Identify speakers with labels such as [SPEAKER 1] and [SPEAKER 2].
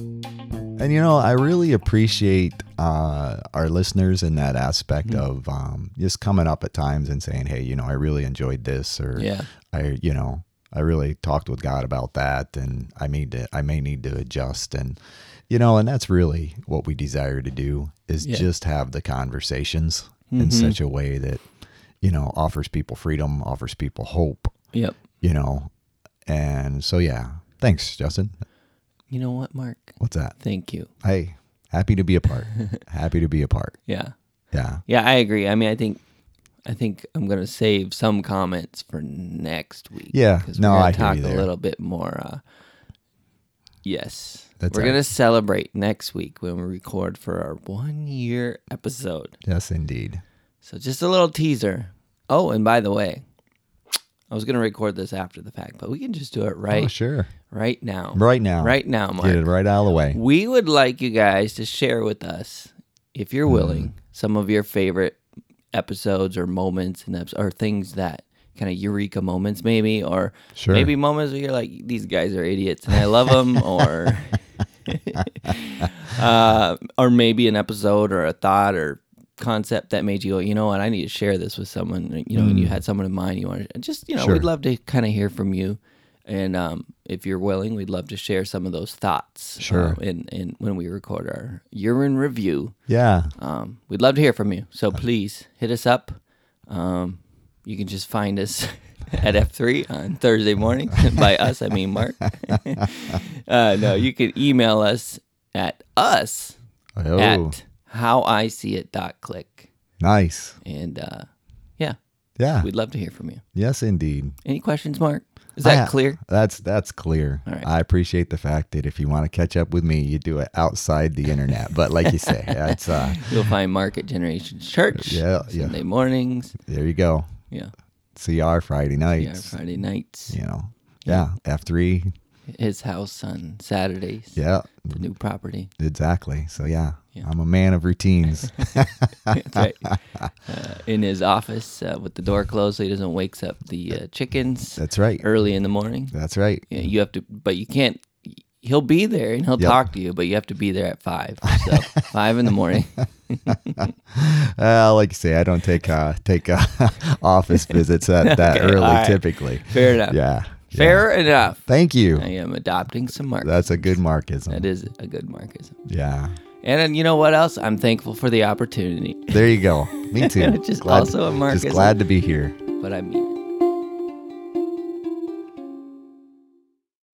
[SPEAKER 1] And you know, I really appreciate uh, our listeners in that aspect
[SPEAKER 2] Mm-hmm.
[SPEAKER 1] of um, just coming up at times and saying, "Hey, you know, I really enjoyed this," or
[SPEAKER 2] Yeah.
[SPEAKER 1] I, you know, I really talked with God about that, and I need to, I may need to adjust." And you know, and that's really what we desire to do is
[SPEAKER 2] Yeah. Mm-hmm.
[SPEAKER 1] just have the conversations in such a way that you know offers people freedom, offers people hope.
[SPEAKER 2] Yep.
[SPEAKER 1] You know, and so yeah, thanks, Justin.
[SPEAKER 2] You know what, Mark?
[SPEAKER 1] What's that?
[SPEAKER 2] Thank you.
[SPEAKER 1] hey, happy to be a part. happy to be a part.
[SPEAKER 2] Yeah.
[SPEAKER 1] Yeah.
[SPEAKER 2] Yeah, I agree. I mean, I think I think I'm gonna save some comments for next week.
[SPEAKER 1] Yeah.
[SPEAKER 2] 'cause
[SPEAKER 1] No,
[SPEAKER 2] we're gonna
[SPEAKER 1] I hear
[SPEAKER 2] talk
[SPEAKER 1] you
[SPEAKER 2] a
[SPEAKER 1] there.
[SPEAKER 2] little bit more. Uh, yes,
[SPEAKER 1] That's
[SPEAKER 2] we're
[SPEAKER 1] right.
[SPEAKER 2] gonna celebrate next week when we record for our one year episode.
[SPEAKER 1] Yes, indeed.
[SPEAKER 2] So just a little teaser. Oh, and by the way, I was gonna record this after the fact, but we can just do it right
[SPEAKER 1] Oh, sure.
[SPEAKER 2] right now.
[SPEAKER 1] Right now.
[SPEAKER 2] Right now, Mark.
[SPEAKER 1] Get it right out of the way.
[SPEAKER 2] We would like you guys to share with us, if you're willing, some of your favorite episodes or moments and eps- or things that kind of eureka moments, maybe, or
[SPEAKER 1] Sure.
[SPEAKER 2] maybe moments where you're like, these guys are idiots and I love them, or uh, or maybe an episode or a thought or concept that made you go, you know what, I need to share this with someone. You know, and you had someone in mind you want to just, you know,
[SPEAKER 1] Mm. Sure.
[SPEAKER 2] we'd love to kind of hear from you. And um, if you're willing, we'd love to share some of those thoughts.
[SPEAKER 1] Sure.
[SPEAKER 2] uh, in, in when we record our urine review,
[SPEAKER 1] Yeah.
[SPEAKER 2] um, we'd love to hear from you. So please hit us up. Um, you can just find us at F3 on Thursday morning. By us, I mean Mark. uh, no, you can email us at us
[SPEAKER 1] Oh,
[SPEAKER 2] at how I see it dot click.
[SPEAKER 1] nice.
[SPEAKER 2] And uh, yeah,
[SPEAKER 1] Yeah.
[SPEAKER 2] we'd love to hear from you.
[SPEAKER 1] Yes, indeed.
[SPEAKER 2] Any questions, Mark? Is
[SPEAKER 1] I-
[SPEAKER 2] that clear?
[SPEAKER 1] That's that's clear.
[SPEAKER 2] All right.
[SPEAKER 1] I appreciate the fact that if you want to catch up with me, you do it outside the internet. But like you say, that's uh,
[SPEAKER 2] You'll find Mark at Generation Church
[SPEAKER 1] Yeah, yeah.
[SPEAKER 2] Sunday mornings.
[SPEAKER 1] there you go.
[SPEAKER 2] Yeah.
[SPEAKER 1] CR Friday
[SPEAKER 2] Yeah,
[SPEAKER 1] nights.
[SPEAKER 2] Friday nights.
[SPEAKER 1] You know. Yeah. F three.
[SPEAKER 2] His house on Saturdays.
[SPEAKER 1] Yeah.
[SPEAKER 2] The new property.
[SPEAKER 1] Exactly. So
[SPEAKER 2] Yeah.
[SPEAKER 1] yeah. I'm a man of routines.
[SPEAKER 2] That's right. Uh, in his office uh, with the door closed so he doesn't wakes up the uh, chickens
[SPEAKER 1] that's right.
[SPEAKER 2] early in the morning.
[SPEAKER 1] That's right.
[SPEAKER 2] Yeah, you have to, but you can't. He'll be there and he'll
[SPEAKER 1] Yep.
[SPEAKER 2] talk to you, but you have to be there at five. So five in the morning.
[SPEAKER 1] Uh, like you say, I don't take uh, take uh, office visits that, that
[SPEAKER 2] Okay,
[SPEAKER 1] early
[SPEAKER 2] all right.
[SPEAKER 1] typically.
[SPEAKER 2] Fair enough.
[SPEAKER 1] Yeah. yeah.
[SPEAKER 2] Fair enough.
[SPEAKER 1] Thank you.
[SPEAKER 2] I am adopting some mark.
[SPEAKER 1] That's a good markism.
[SPEAKER 2] That is a good markism.
[SPEAKER 1] Yeah.
[SPEAKER 2] And then you know what else? I'm thankful for the opportunity,
[SPEAKER 1] There you go. Me too.
[SPEAKER 2] Which is
[SPEAKER 1] Glad-
[SPEAKER 2] also a
[SPEAKER 1] Just
[SPEAKER 2] markism.
[SPEAKER 1] glad to be here.
[SPEAKER 2] but I mean. it.